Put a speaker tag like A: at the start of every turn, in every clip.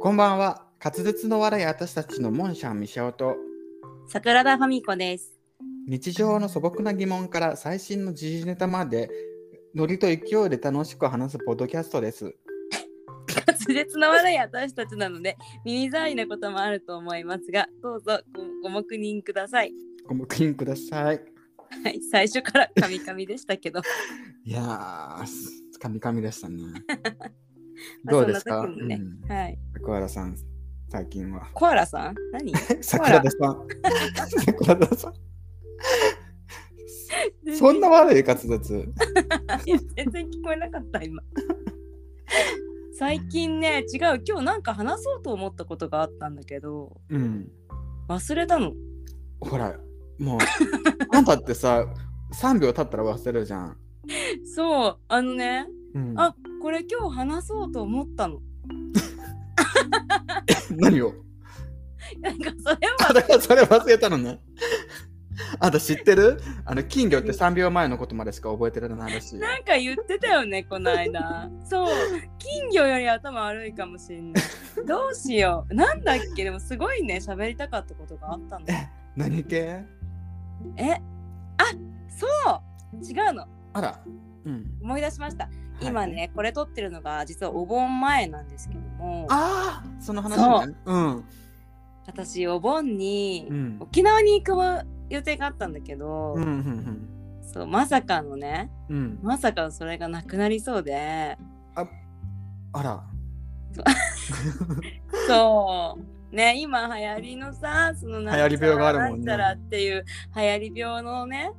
A: こんばんは。滑舌の悪い私たちのモンシャン・ミシャオと
B: 桜田ファミコです。
A: 日常の素朴な疑問から最新の時事ネタまでノリと勢いで楽しく話すポッドキャストです。
B: 滑舌の悪い私たちなので耳障りなこともあると思いますが、どうぞごご黙認ください。
A: ごめんください。
B: はい、最初からカミカミでしたけど、
A: いやー、つかみかみで したね。どうですか、
B: そんな時もね
A: うん
B: はい。
A: 小原さん、最近は。
B: コアラさん何
A: 桜田さん。 桜田さん。そんな悪い滑舌。
B: いや全然聞こえなかった今。最近ね、違う、今日なんか話そうと思ったことがあったんだけど、
A: うん。
B: 忘れたの。
A: ほら、も う、あんたってさ、3秒経ったら忘れるじゃん。
B: そう、あのね、
A: うん
B: あこれ今日話そうと思ったの。
A: 何を
B: なんかそれは
A: あだからそれ忘れたのね。あんた知ってるあの金魚って3秒前のことまでしか覚えてるのないらしいよ。
B: なんか言ってたよね、この間。そう、金魚より頭悪いかもしんない。どうしよう。なんだっけ、でもすごいね、喋りたかったことがあったの。
A: え何系
B: え、あそう違うの。
A: あら。うん。
B: 思い出しました。今
A: はい。
B: ね、これ撮ってるのが実はお盆前なんですけども、
A: ああその話ね。うん。
B: 私、お盆に
A: うん。
B: 沖縄に行く予定があったんだけど、
A: うん。うん。
B: そうまさかのね、
A: うんうん。
B: まさかのそれがなくなりそうで、
A: あら。
B: そう。ね、今流行りのさ、その流
A: 流行り病があるもんね
B: なんちゃらっていう流行り病のね、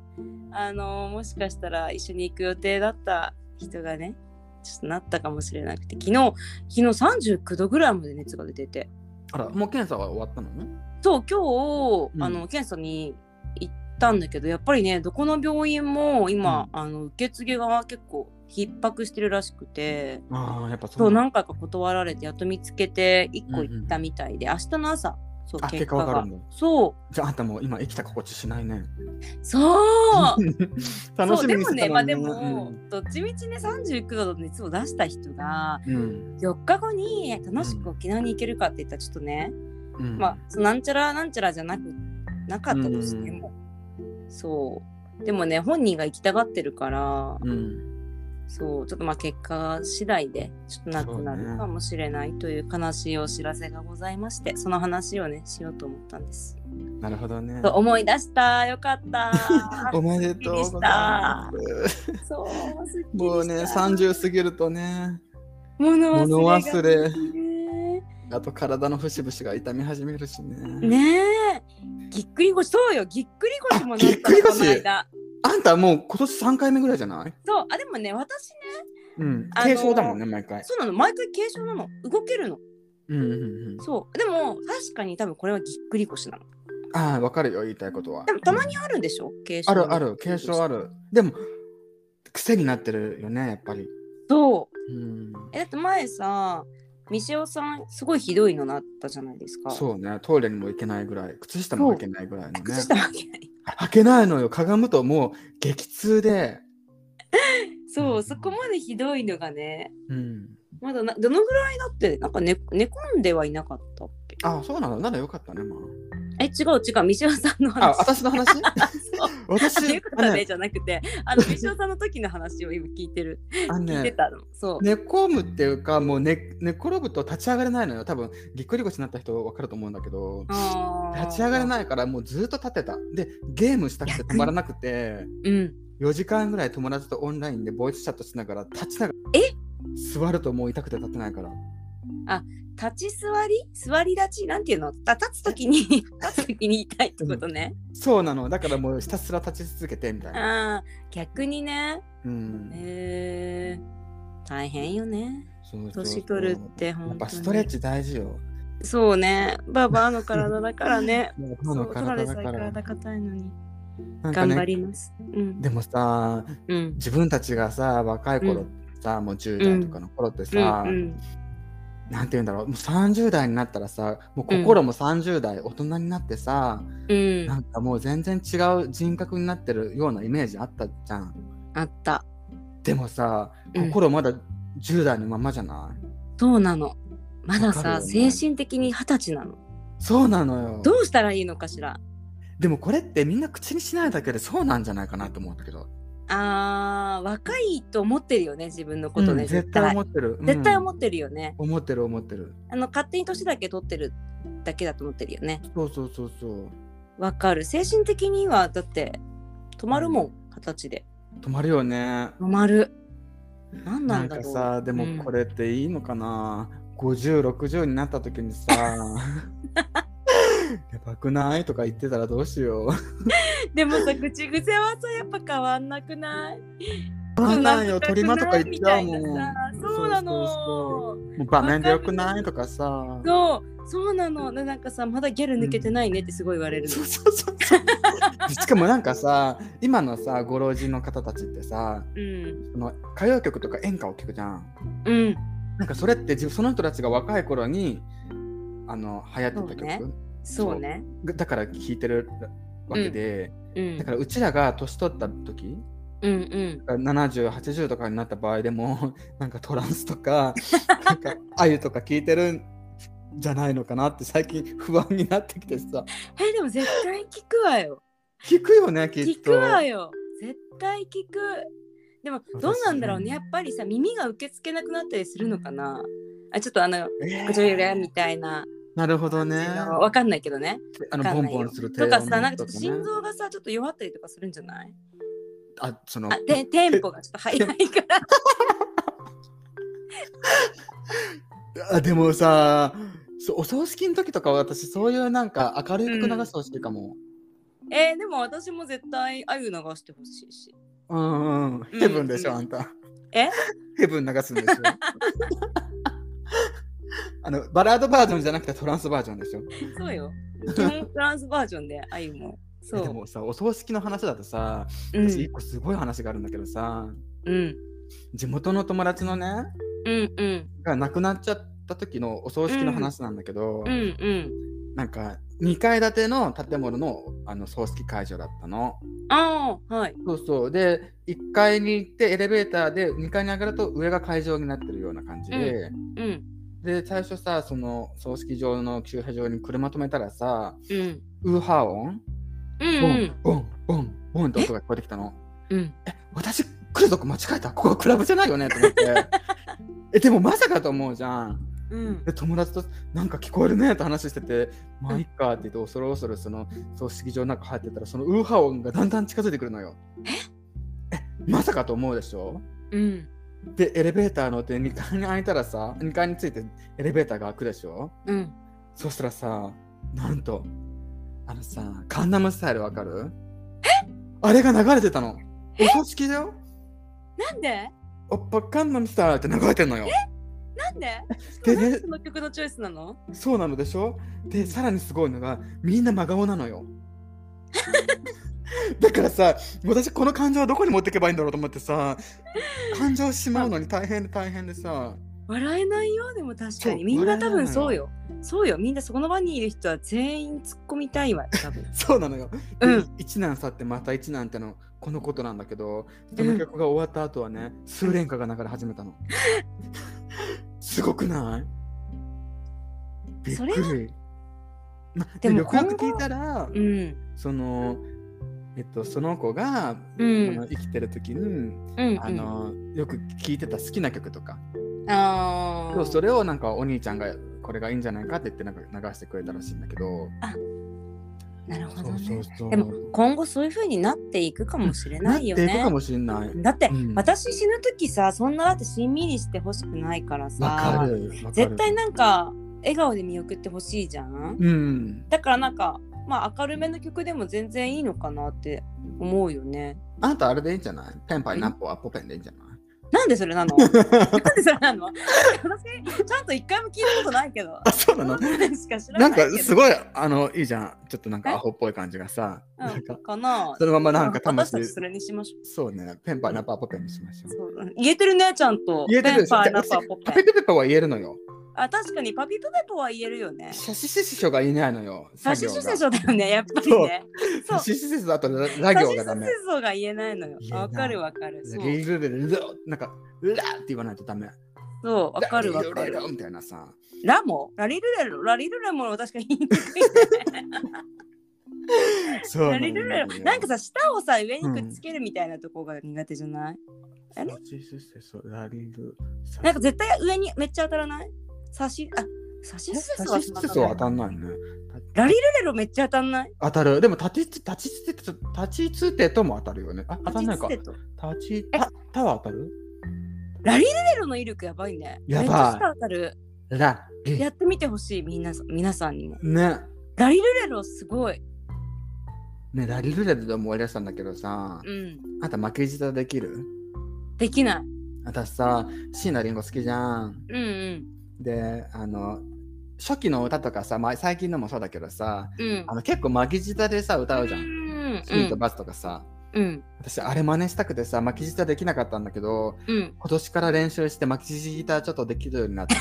B: あの、もしかしたら一緒に行く予定だった人がね、ちょっとなったかもしれなくて、昨日、昨日39度ぐらいまで熱が出てて、
A: あら、もう検査は終わったのね。
B: そう、今日、
A: うん
B: あの、検査に行ったんだけど、やっぱりね、どこの病院も今、あの受け継ぎが結構逼迫してるらしくて、
A: ああ、やっぱ
B: そ、
A: そううなの
B: 何回か断られて、やっと見つけて、1個行ったみたいで、明日の朝、そう、
A: あ
B: 結
A: 結
B: 果
A: 果わか
B: が
A: る。んだ。
B: そ
A: じゃああんたもう今生きた心地しないね。
B: う、 そう。
A: 楽しみに
B: そう
A: し
B: で
A: てたのに
B: もね、まあでも、どっちみちね、39度の熱を出した人が、
A: うん。うん
B: 4日後に楽しく沖縄に行けるかって言ったら、ちょっとね、
A: うん
B: まあ、そのなんちゃらなんちゃらじゃなく、なかったとしても、そう。でもね、本人が行きたがってるから、
A: うん。
B: そう、ちょっとまあ結果次第で、ちょっとなくな
A: そう
B: る
A: ね
B: かもしれないという悲しいお知らせがございまして、その話をね、しようと思ったんです。
A: なるほどね
B: そ。う思い出した、よ かった。
A: おめでとうございます。
B: そう、すっきりした
A: もうね、30過ぎるとね、
B: 物忘れ
A: 物
B: が
A: 忘れ
B: ね
A: あと体の節々が痛み始めるしね。
B: ねえぎっくり腰そうよぎっくり腰もなった
A: ぎっくり腰
B: この間
A: あんたもう今年3回目ぐらいじゃない
B: そうあでもね私ね
A: うん。
B: あのー
A: 軽症だもんね、毎回。
B: そうなの毎回軽症なの動けるの
A: うんうんうん。
B: そうでも確かに多分これはぎっくり腰なの
A: ああ、わかるよ、言いたいことは。
B: でもたま
A: うん
B: にあるんでしょ軽症
A: あるある、軽症あ
B: る
A: る。でも、癖になってるよね、やっぱり。
B: そう
A: うん。
B: えだって前さみしおさんすごいひどいのなったじゃないですかう
A: そうね、トイレにも行けないぐらい、靴下も履けないぐらいのね
B: 靴。下履けない
A: 履けないのよ、かがむともう激痛で。
B: そうそこまでひどいのがね
A: うん。
B: まだなどのぐらいだってなんか寝寝込んではいなかったっけ
A: ああ、そうなの、ならよかったね、ま
B: え、違う違う、三島さんの
A: あ。あ
B: 話。、
A: 私の話
B: そうあとい
A: 私
B: うこ、と
A: あ
B: は
A: の
B: ね、
A: ね、
B: じゃなくて、あの、三島さんの時の話を今聞いてる。
A: あの
B: 聞いて
A: ね
B: たの。そう。
A: 寝込むっていうか、もう寝寝転ぶと立ち上がれないのよ。多分ぎっくり腰になった人分かると思うんだけど、立ち上がれ
B: い。
A: ないからもうずっと立ってた。で、ゲームしたくて止まらなくて、
B: うん。
A: 4時間ぐらい友達とオンラインでボイスチャットしながら立ちながら。
B: え
A: 座るともう痛くて立てないから。
B: 立ち座り座り立ちなんていうのた立つ時 に、立つ時に痛いってことね。
A: そうなの。だからもうひたすら立ち続けてみたいな。
B: ああ、逆にね。
A: うん。
B: へえ大変よね。
A: そうそうそう
B: 年取るって
A: やっ
B: 本当
A: ぱ
B: に。
A: ストレッチ大事よ。。
B: そうね。ババアの体だからね
A: もう今
B: そ
A: の
B: う、ただ
A: 体
B: で
A: だ
B: さえ
A: から。
B: 体硬いのに。
A: なんか
B: 頑張
A: ね、
B: ります。うん。
A: でもさ、
B: うん。
A: 自分たちがさ若い頃さ、もう10代とかの頃ってさ、
B: うんうん
A: なんて言うんだろうもう30代になったらさもう心も30代、大人になってさ
B: うん
A: なんかもう全然違う人格になってるようなイメージあったじゃん
B: あった。
A: でもさ
B: うん
A: 心まだ10代のままじゃない、
B: そうなの。まだ
A: わか
B: さ、
A: るよね
B: 精神的に二十歳なの
A: そうなのよ
B: どうしたらいいのかしら
A: でもこれってみんな口にしないだけでそうなんじゃないかなと思うんだけど
B: あー若いと思ってるよね自分のことね、
A: うん
B: 絶
A: 絶
B: 対
A: 対
B: 絶対,、
A: 思ってる、うん
B: 思ってるよね
A: 思ってる思ってる
B: あの勝手に年だけ取ってるだけだと思ってるよね
A: そうそうそうそう
B: わかる精神的にはだって止まるもん二十歳で
A: 止まるよね
B: 止まる何な
A: なんん
B: だ
A: か
B: ろう
A: さで
B: うん
A: もこれっていいのかな、5060になった時に さやばくないとか言ってたらどうしよう
B: でもさ口癖はさやっぱ変わんなくない
A: わかんない
B: ん
A: よ
B: か
A: 鳥間とか言っちゃうもん
B: みたいなさそうな
A: そう
B: の
A: そうそうもう場面でよくないとかさ
B: そうそうなのでなんかさまだギャル抜けてないねってすごい言われるの、
A: そうそうそうそうしかもなんかさ今のさご老人の方たちってさ
B: うん
A: その歌謡曲とか演歌を聴くじゃん
B: うん
A: なんかそれって自分その人たちが若い頃にあの流行ってた曲、
B: そうそうね
A: だから聴いてるわけで、
B: うん
A: だからうちらが年取った時
B: うんうん
A: 7080とかになった場合でも なんかトランスと かなんかあゆとか聞いてるんじゃないのかなって最近不安になってきてさ
B: えでも絶対聞くわよ
A: 聞くよねきっと
B: 聞くわよ絶対聞くでも
A: 私
B: どうなんだろうねやっぱりさ耳が受け付けなくなったりするのかなあちょっとあの
A: えー
B: 「ジョイレ」みたいな
A: なるほどね
B: わかんないけどね
A: あ
B: わ
A: の
B: か
A: ボ
B: ん
A: ン
B: ないよ
A: ボンする低
B: と
A: 音
B: かさなんかちょっ
A: ね
B: と心臓がさちょっと弱ったりとかするんじゃない
A: あその
B: あでテンポがちょっと速いから
A: あでもさそうお葬式の時とかは私そういうなんか明るい曲流してほしいかも、
B: えーでも私も絶対あゆ流してほしいし
A: うん、うんうんヘブンでしょ、あんた
B: え
A: ヘブン流すんでしょ あのバラードバージョンじゃなくてトランスバージョンでしょ
B: そうよ基本フランスバージョンであゆもそ
A: で
B: う
A: もさお葬式の話だとさ
B: う
A: 私一
B: ん
A: 個すごい話があるんだけどさ、
B: うん
A: 地元の友達のね
B: うんうん
A: が亡くなっちゃった時のお葬式の話なんだけど、
B: うんうん
A: なんか2階建ての建物のあの葬式会場だったの。
B: ああはい
A: そうそうで1階に行ってエレベーターで2階に上がると上が会場になってるような感じで、
B: うん
A: で最初さその葬式場の駐車場に車止めたらさ
B: うん
A: ウーハー音
B: うん
A: ボンボ
B: うん
A: ンボンボンって音が聞こえてきたの。
B: うん
A: 私来るとこ間違えたここクラブじゃないよねと思って えでもまさかと思うじゃん
B: うん
A: で友達となんか聞こえるねって話してて「まあいっか」って言って恐る恐るその葬式場の中入ってたらそのウーハー音がだんだん近づいてくるのよえまさかと思うでしょ
B: うん
A: でエレベーター乗って2階に開いたらさ2階についてエレベーターが開くでしょ
B: うん
A: そしたらさなんとあのさカンナムスタイルわかるあれが流れてたのお葬式だよ
B: なんで
A: おっぱカンナムスタイルって流れてんのよ。
B: なん で
A: で
B: なんで
A: ね
B: その曲のチョイスなの
A: そうなのでしょで、さらにすごいのが、みんな真顔なのよ。だからさ、私この感情をどこに持っていけばいいんだろうと思ってさ、感情しまうのに大変で大変でさ、
B: 笑えないよでも確か
A: そう
B: にみんな多
A: 笑え
B: 分
A: ないのよ
B: そうよそうよみんなそこの場にいる人は全員突っ込みたいわ多分
A: そうなのよ。で
B: うん
A: 一難去ってまた一難っての、このことなんだけど、その曲が終わった後はね、数連歌が流れ始め たの。すごくないびっ
B: そ
A: く
B: れは
A: り。まで
B: でも
A: もよくよく
B: 今後
A: 聞いたら、
B: うん
A: そのえっとその子が、
B: うん
A: あの生きてる時に、
B: うん
A: あのよく聴いてた好きな曲とか、
B: うんあ
A: そう
B: ー
A: それをなんかお兄ちゃんがこれがいいんじゃないかって言ってなんか流してくれたらしいんだけど、
B: なるほ
A: そ
B: ど
A: うそう
B: ね
A: そう
B: でも今後そういう風になっていくかもしれ
A: な
B: な
A: っ
B: い
A: て
B: よ
A: いく
B: ね
A: かもしれない。わ、
B: だって、
A: うん
B: 私死ぬ時さそんなだってしんみりしてほしくないから
A: か
B: さ
A: るわかる。
B: 絶対なんか笑顔で見送ってほしいじゃん
A: うん、
B: だからなんか、まあ、明るめの曲でも全然いいのかなって思うよね。
A: あなたあれでいいんじゃないペンパイナッポはポペンでいいんじゃない
B: なんでそれな のなんでそれなの私ちゃんと一回も聞いたことないけど。
A: あそうな
B: そ
A: の
B: の部分しか知ら
A: な
B: なんいけ
A: か
B: ど
A: すごいあのいいじゃんちょっとなん
B: え
A: かアホっぽい感じがさな
B: うんん
A: か
B: かな
A: そのままなんか
B: 私
A: 魂
B: たちそれにしましょう
A: そうねペンパイナッポはポペンにしましょう。
B: そううん。言えてるね、ちゃんと。
A: 言えてるでしょ
B: ペンパーナッパーポッ
A: パ
B: ペ
A: ペ
B: ン
A: ペペパは言えるのよ。
B: あ、確かにパピプペポは言えるよね。
A: 写真師匠がいないのよ。
B: サシシセ
A: ょ
B: ソだよね、やっぱりね。そ
A: 写
B: う。サシシ
A: 真師匠だとララ行がダメ
B: セ。ソが言えないのよ
A: 言え。ない
B: わかるわかる。そう
A: リルルルルなんか、ラって言わないとダメ。
B: そう、わかるわか
A: リル
B: る
A: ルル。ルみたいなさ。
B: ラモラリルラロラリルラモの確かに言いにくいね
A: そう
B: ラリルラロなんか
A: さ、
B: さ舌をさ上にくっつけるみたいなとこが苦手じゃない、あれ
A: ラリル。
B: なんか絶対上にめっちゃ当たらない差しあ差しすせそは
A: 立ちつつは当たんないね。
B: ラリルレロめっちゃ当たんない
A: 当たる。でも立ちつ立ちつて立ちつてとも当たるよね。あ当たんないか。
B: 立
A: 立
B: ちつてと
A: ちたたは当たる？
B: ラリルレロの威力やばいね
A: やばい
B: めっちゃ舌当たる
A: ラリ
B: やってみてほしいみんなさん皆さんにも
A: ね
B: ラリルレロすごい
A: ねラリルレロで思い出したんだけどさ、
B: うん
A: あんた負けじとできる？
B: できない
A: 私さ、椎名林檎好きじゃん。
B: うんうん
A: で、あの初期の歌とかさ、まあ最近のもそうだけどさ、
B: うん
A: あの結構巻き舌でさ歌うじゃ。
B: うんん
A: スイートバスとかさ。
B: うん
A: 私あれ真似したくてさ巻き舌できなかったんだけど
B: うん
A: 今年から練習して巻き舌ちょっとできるようになった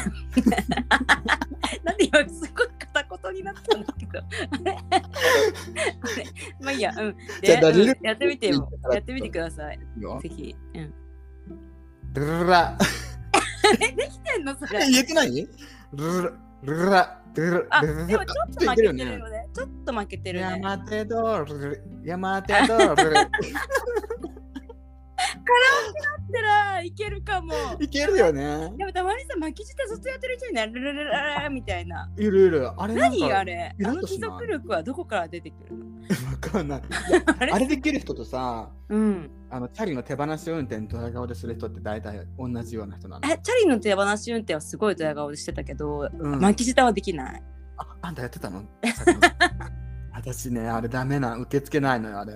B: なんで今すごい片言になったんだけど。 あれあれまあいいや、うん。で
A: じゃあラリル
B: うんやってみてよ。やってみてください。
A: よ
B: ぜ。ひ。うん。
A: ルルラ。
B: やってんのそれ。
A: 言えてないルルラ。ルルラ。ルルラ。
B: あ、
A: ル
B: でも
A: ル
B: ちょ
A: ラ
B: っ。と負けてるのね。ちょっと負けてるね。
A: 山手ドルル。山手ドルル。
B: たらいけるかも。
A: いけるよね。
B: でもたまにさ、巻き舌ずっとやってる人になるるるるるみたいな。
A: いるいる。あれなんか
B: 何あれ
A: イ
B: あ
A: ラッ
B: の
A: とし
B: 貴
A: ない
B: 族力はどこから出てくるの
A: わかんない。
B: あれ
A: あれできる人とさ、
B: うん。
A: あのチャリの手放し運転ドヤ顔でする人って大体同じような人なの。
B: え、チャリの手放し運転はすごいドヤ顔でしてたけど、
A: うん
B: 巻き舌はできない。
A: ああんたやってたの坂本さん 私ね、あれダメな、受け付けないのよ、あ れ。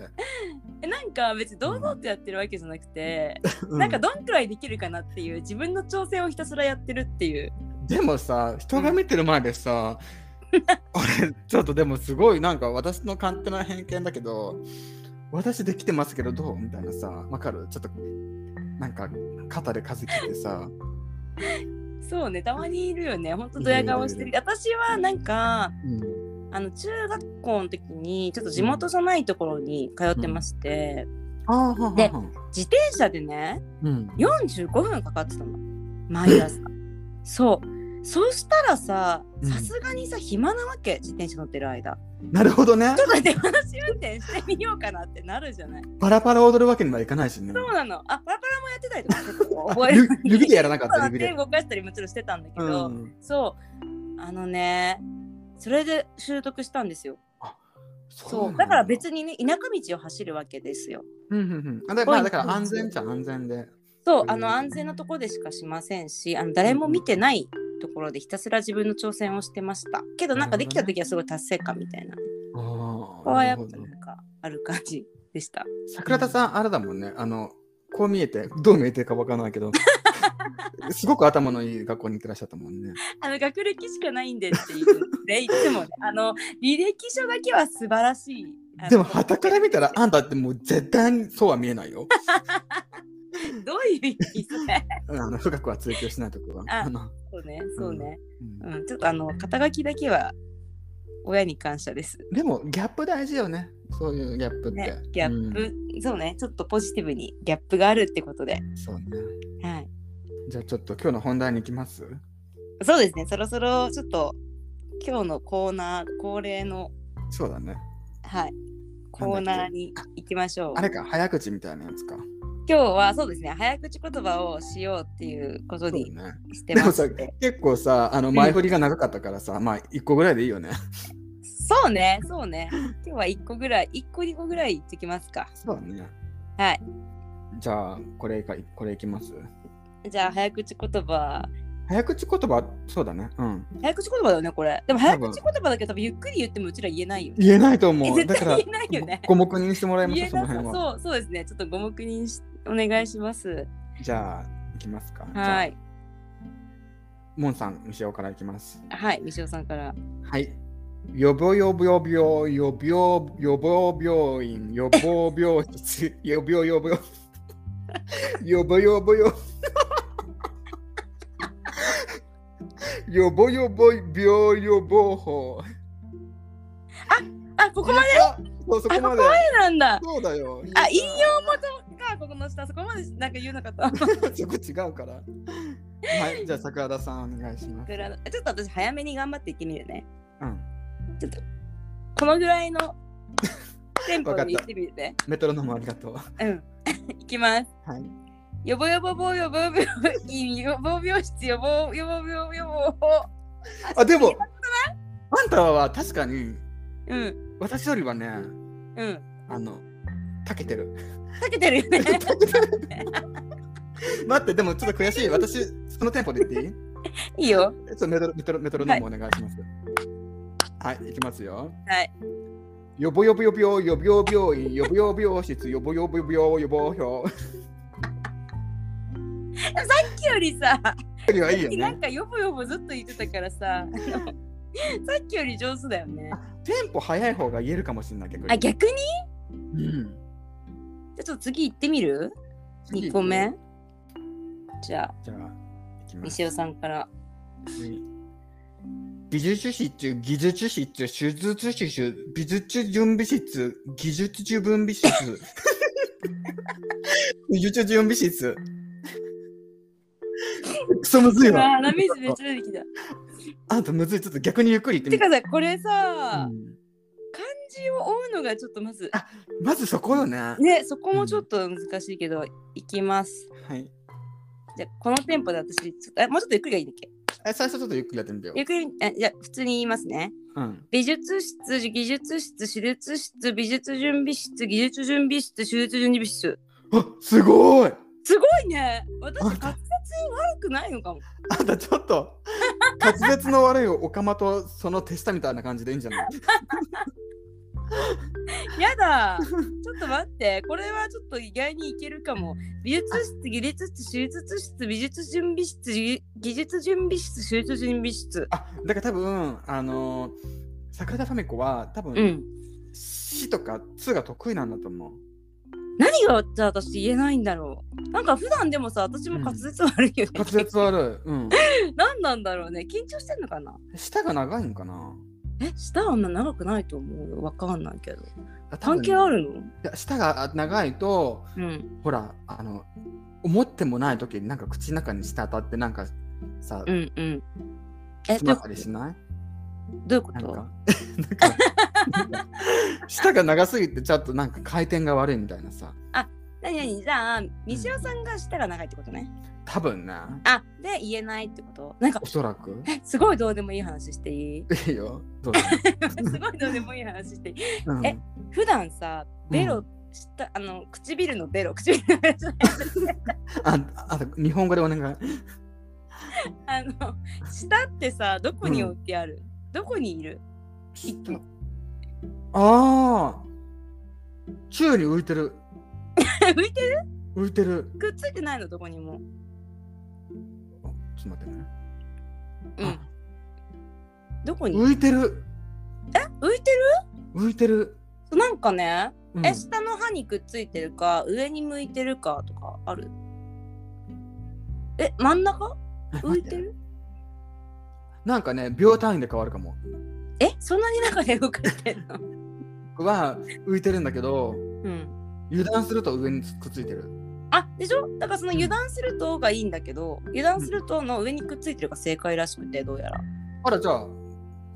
B: えなんか別に堂々とやってるわけじゃなくて、
A: う
B: なんかどんくらいできるかなっていう自分の調整をひたすらやってるっていう
A: でもさ、人が見てる前でさ、俺、ちょっとでもすごい、なんか私の勝手な偏見だけど、私できてますけどどうみたいなさ、わかるちょっと、なんか肩で風切ってさ、
B: そうねたまにいるよねほんとドヤ顔してる
A: い
B: 私はなんか
A: うん
B: あの中学校の時にちょっと地元じゃないところに通ってまして、
A: ああ、はは
B: で
A: は
B: 自転車でね
A: うん。
B: 45分かかってたの毎朝そうそしたらさ
A: うん
B: さすがにさ暇なわけ自転車乗ってる間
A: なるほどね
B: ち。ょっと手放し運転してみようかなってなるじゃない
A: パラパラ踊るわけにはいかないしね。
B: そうなの。あ、パラパラもやってたりとか結構
A: あ
B: 覚える
A: ゆ。指でやらなかった
B: そうだ
A: 指で
B: 手動かしたりもちろんしてたんだけ
A: う
B: ど、
A: ん。
B: そう。あのね、それで習得したんですよ。
A: そ
B: そうう。だから
A: に。
B: 別にね、田舎道を走るわけですよ。
A: うんうんうんあだまあだから安全っちゃ安全で。
B: そう、あの安全なとこでしかしませんし、あの誰も見てないところでひたすら自分の挑戦をしてました。けどなんかできた時はすごい達成感みたいな。
A: あ
B: こ
A: あ。
B: こは
A: な
B: やっ
A: るほ
B: ぱ
A: ど
B: なんかある感じでした。
A: 桜田さん、あれだもんね、あの、こう見えて、どう見えてるかわからないけ ど、すごく頭のいい学校に行ってらっしゃったもんね。
B: あの学歴しかないんでっていうね、いつも ね、あの履歴書だけは素晴らしい。あの
A: でも、はたから見たら、あんたってもう絶対にそうは見えないよ。
B: どういう意味 それ
A: うんあの深くは追求しないとこは。
B: あ
A: あの
B: そうね、そうね。
A: うん
B: うん、ちょっとあの、肩書きだけは親に感謝です。
A: でも、ギャップ大事よね。そういうギャップって。
B: ね、ギャッ
A: う
B: プ、そうね、ちょっとポジティブにギャップがあるってことで。
A: んそうね。
B: はい。
A: じゃあ、ちょっと今日の本題に行きます。
B: そうですね、そろそろちょっと今日のコーナー、恒例の、
A: そうだね。
B: はい、コーナーに行きましょう
A: あ。れか、早口みたいなやつか。
B: 今日はそうですね、早口言葉をしようっていうこ
A: そ
B: と
A: う
B: に
A: だね。
B: して
A: でも
B: ま
A: さ
B: すので。、
A: 結構さ、あの前振りが長かったからさ、まあ、1個ぐらいでいいよね。
B: そうね、そうね。今日は1個ぐらい、1個2個ぐらい行ってきますか。
A: そうだね。
B: はい。
A: じゃあ、これか、これいきます。
B: じゃあ、早口言葉。
A: 早口言葉、そうだね。うん。
B: 早口言葉だよね、これ。でも早口言葉だけど、多分ゆっくり言ってもうちら言えないよね。
A: 言えないと思
B: え
A: う。
B: 絶
A: だから
B: 対言えないよね。
A: ごご黙認してもらいまし
B: 言
A: ょ
B: え
A: う、その
B: なさ
A: 辺は。
B: そう、そうですね。ちょっとご黙認しお願いします。
A: じゃあ、いきますか。
B: は
A: じゃあ。
B: い。
A: モンさん、後ろからいきます。
B: はい、みしおさんから。
A: はい。予防予防病院、予防予防病院、予防病室、予防予防。予防予防予予防予防病予防法。
B: あ、ここまで
A: あそうそこまで。
B: なんだ。
A: そうだよ。
B: あ、引用元か、ここの下、そこまでなんか言うのかと。
A: そこ違うから。はい、じゃあ桜田さんお願いします。
B: 桜のちょっと私早めに頑張っていってみるね。
A: うん、
B: ちょっとこのぐらいのテンポに行ってみるね。
A: メトロノームありがとう。
B: うん。いきます。
A: はい。
B: よぼよぼぼよぼよぼよいいよぼ病室よぼよぼよぼよぼ。
A: あ、でも、あんたは確かに、
B: うん
A: 私よりはね、
B: うん。
A: あの、たけてる。
B: かけてるよね。
A: 待って、でもちょっと悔しい。私、そのテンポで言っていい
B: いいよ。
A: ちょっとメトロメトロメトロノームお願いします。はい、い、きますよ。
B: はい。
A: よぼよぼよぼよよぼよ病院よぼよ病室よぼよぼよぼよぼよ。
B: さっきよりさ、
A: いやいいよ
B: なん
A: ね。
B: かよぼよぼずっと言ってたか らさ、あのさっきより上手だよね。
A: テンポ早い方が言えるかもしれない逆に。
B: あ、逆にじ
A: うん。
B: ゃあちょっと次行ってみる
A: 次
B: ?2 個目。じゃあ、
A: じゃあ、いきます。
B: 西尾さんから。
A: 技術室、技術室、手術室、美術準備室、技術準備 室。技術準備室。クソむずいう
B: わ
A: わ。
B: 鼻水めっちゃ出てきた。
A: あんたむずい。ちょっと逆にゆっくり言っててみ
B: かさ、これ
A: う
B: さ、
A: ん
B: 漢字を追うのがちょっとまず、
A: まずそこよね。は
B: ね、そこもちょっと難しいけど、いきます。
A: い。
B: じゃあ、このテンポで私、ちょっとあもうちょっとゆっくりがいいんだっけ
A: え最初ちょっとゆっくりやってみてよ
B: ゆ。っくり、あじゃあ、普通に言いますね。
A: うん。
B: 美術室、技術室、手術室、美術準備室、技術準備室、手術準備室。
A: あすごい
B: すごいね。私、
A: あ
B: 滑舌悪くないのかも。
A: あんたちょっと、滑舌の悪いオカマとその手下みたいな感じでいいんじゃ ない
B: やだ。ちょっと待って。これはちょっと意外にいけるかも。美術室、技術室、手術室、美術準備室、技技術準備室、手術準備室。
A: あだから多分あのー、桜田ファミコは多
B: う
A: 分
B: ん。
A: 「し、とか「つ」が得意なんだと思う。
B: 何がじゃあ私言えないんだろう。なんか普段でもさ、私も滑舌悪いよね。
A: 滑舌悪い。うん。
B: 何なんだろうね。緊張してんのかな
A: 舌が長いんかな
B: え、舌はあんな長くないと思うよ。わかんないけど。
A: あ多分
B: 関係あるの
A: いや舌が長いと
B: うん。
A: ほらあの思ってもない時になんか口の中に舌当たってなんかさ
B: うんうん。え、
A: つ
B: どうい
A: ま
B: う
A: ったりしない
B: どういうこ
A: なんか
B: と
A: なんか舌が長すぎてちょっとなんか回転が悪いみたいなさ
B: 何何じゃあ、西尾さんが舌が長いってことね。
A: 多分ね
B: あ、で言えないってことなんか
A: お、そらく
B: えすごいどうでもいい話してい い
A: いいよどうぞ、
B: すごいどうでもいい話していい
A: うん
B: え普段さ、ベ
A: う
B: ロ、したあの唇のベロ、唇のベロじゃない
A: ああと日本語でお願い
B: あの、舌ってさ、どこに置いてある、どこにいる いつも
A: ああ宙に浮いてる
B: 浮いてる
A: 浮いてる
B: くっついてないのどこにも。
A: あちょっと待ってね
B: うん。どこに
A: 浮いてる
B: 浮いてる
A: 浮いてる、
B: そうなんかね、
A: うん
B: え、下の歯にくっついてるか、上に向いてるかとかあるえ、真ん中浮いてる
A: なんかね秒単位で変わるかも
B: え、そんなに中で動かしてんの
A: 僕は浮いてるんだけど
B: うん。
A: 油断すると上にくっついてる
B: あ、でしょだからその油断するとがいいんだけど、油断するとの上にくっついてるが正解らしくて、どうやら。
A: あらじゃあ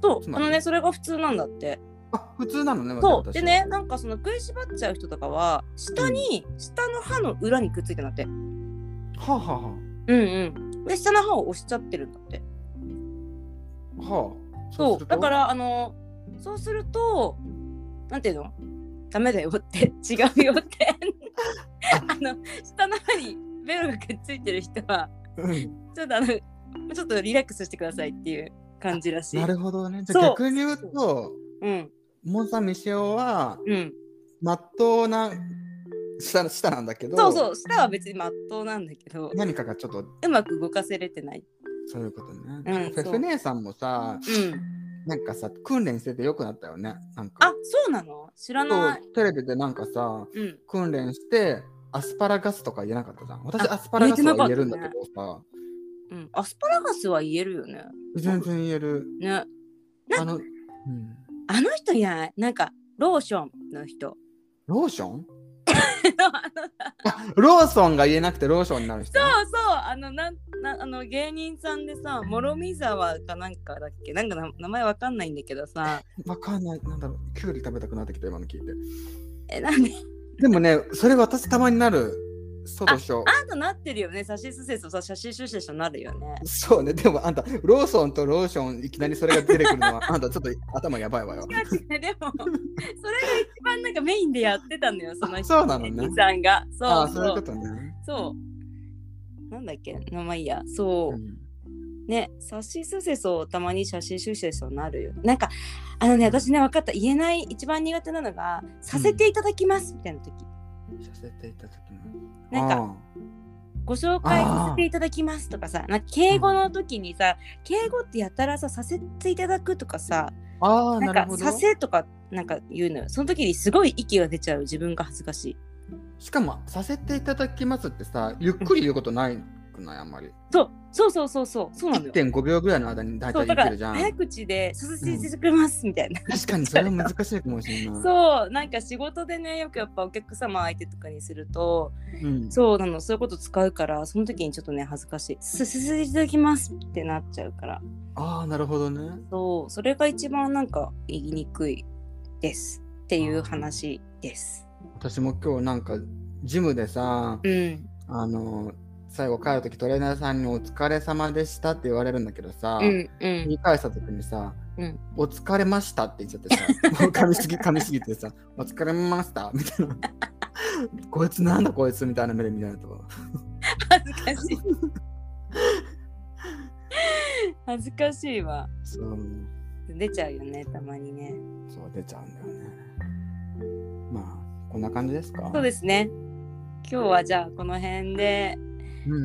B: そう、
A: つま
B: あ
A: り
B: のね、それが普通なんだって。
A: あ普通なのね
B: そう。
A: 私
B: でね、なんかその食いしばっちゃう人とかは、下に、下の歯の裏にくっついてなって。うん
A: はあ、はあは
B: うん。で、下の歯を押しちゃってるんだって。
A: あ、はあ、
B: そう
A: すると
B: だからあのそうするとなんていうのダメだよって 違うよって あの下の歯にベロがくっついてる人は
A: うん
B: ちょっとあのちょっとリラックスしてくださいっていう感じらしい。
A: なるほどねじゃあ
B: そう
A: 逆に言うと
B: うん
A: モンサンミシェオは
B: うん、
A: まっとうな下下なんだけど
B: そうそう舌は別にまっとうなんだけど
A: 何かがちょっと
B: うまく動かせれてない。
A: そういうことね。
B: うん
A: フェ
B: そ
A: フ
B: う
A: 姉さんもさ、
B: うん、
A: なんかさ、訓練しててよくなったよね。なんか
B: あそうなの知らない。
A: そうテレビでなんかさ、
B: うん、
A: 訓練して、アスパラガスとか言えなかったじゃん。私、
B: あ
A: アスパラガスは言え
B: 言え
A: る
B: て
A: ん
B: な
A: だ
B: かった
A: け
B: ね
A: どさ、
B: うん、アスパラガスは言えるよね。
A: 全然言える。
B: ね
A: あの、うん、
B: あの人やなんかローションの人。
A: ローション
B: あの
A: あローソンが言えなくてローションになる人
B: そうそうあのなんなあの芸人さんでさ諸見沢かなんかだっけなんかな名前わかんないんだけどさ
A: わかんない、なんだろう、きゅうり食べたくなってきた、今の聞いて。
B: えなんで
A: でもね、それ私たまになる、そうでしょ。
B: あんたなってるよね写真すせとさ写真出社者になるよね
A: そうね、でもあんた、ローソンとローション、いきなりそれが出てくるのは、あん たちょっと頭やばいわよ。
B: 違う違うでもそれが一番なんかメインでやってたの よその人
A: あそうなのね
B: 芸人さんがそう
A: ああ、
B: そ
A: そうういうことね。
B: そうなんだっけ名前いいやそ
A: う
B: う、
A: ん
B: ね、サシスセソたまに写真出世そうなるよね。なんかあのね私ね分かった言えない一番苦手なのが「させていただきます」みたいな時、
A: させていただきます。
B: なんか
A: あ
B: 「ご紹介させていただきます」とかさなんか敬語の時にさ、敬語ってやたらさ「させていただく」とかさ
A: あああ、
B: なん
A: なる
B: か
A: ほ
B: 「
A: ど
B: さ。せ」とかなんか言うのよその時にすごい息が出ちゃう自分が恥ずかしい
A: しかも、させていただきますってさ、ゆっくり言うことないくない、あんまり。
B: そうそうそうそうそうそうなのよ
A: 1.5秒ぐらいの間に大
B: そ
A: 体言
B: うだ
A: っ
B: か
A: てるじ
B: ら
A: ゃん。
B: 早口で「させていただきます」みたいな
A: 確かにそれは難しいかもしれない。
B: そうなんか仕事でねよくやっぱお客様相手とかにすると
A: うん
B: そうなのそういうこと使うからその時にちょっとね恥ずかしい「すすすいただきます」ってなっちゃうから
A: ああ、なるほどね。
B: そうそれが一番なんか言いにくいですっていう話です
A: 私も今日なんか、ジムでさ、
B: うん
A: あの、最後帰るときトレーナーさんにお疲れ様でしたって言われるんだけどさ、
B: うんうん
A: 言い返したときにさ、
B: うん
A: お疲れましたって言っちゃってさ、 もう噛みすぎ、噛みすぎてさ、お疲れましたみたいな。 こいつなんだこいつみたいな目で見られたわ。
B: 恥ずかしい恥ずかしいわ
A: そう、
B: 出ちゃうよねたまにね
A: そう出ちゃうんだよね。まあ、こんな感じですか
B: そうですね今日はじゃあこの辺で
A: う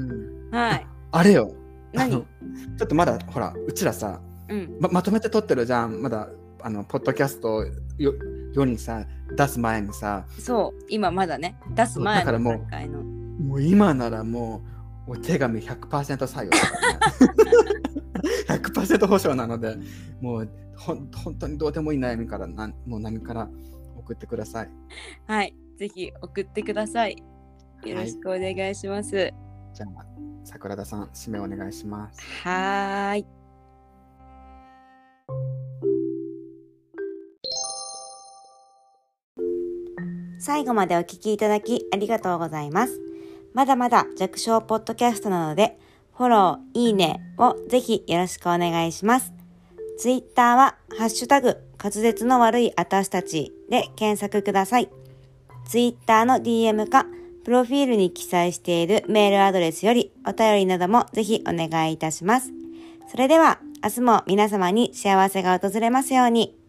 A: ん。
B: はい
A: あれよ。あの
B: 何
A: ちょっとまだほらうちらさ
B: うん
A: ままとめて撮ってるじゃんまだあのポッドキャストをよ世にさ出す前にさ
B: そう今まだね出す前
A: だから
B: の
A: もう
B: 段階の
A: もう今ならもうお手紙100%採用だからね100%保証なのでもうほん本当にどうでもいい悩みからなんもう何から送ってください
B: はい、ぜひ送ってください。よろしくお願いします。
A: じゃあ桜田さん締めお願いします
B: はーい。
C: 最後までお聞きいただきありがとうございます。まだまだ弱小ポッドキャストなので、フォロー、いいねをぜひよろしくお願いします。ツイッターは、ハッシュタグ、滑舌の悪い私たちで検索ください。ツイッターの DM か、プロフィールに記載しているメールアドレスよりお便りなどもぜひお願いいたします。それでは、明日も皆様に幸せが訪れますように。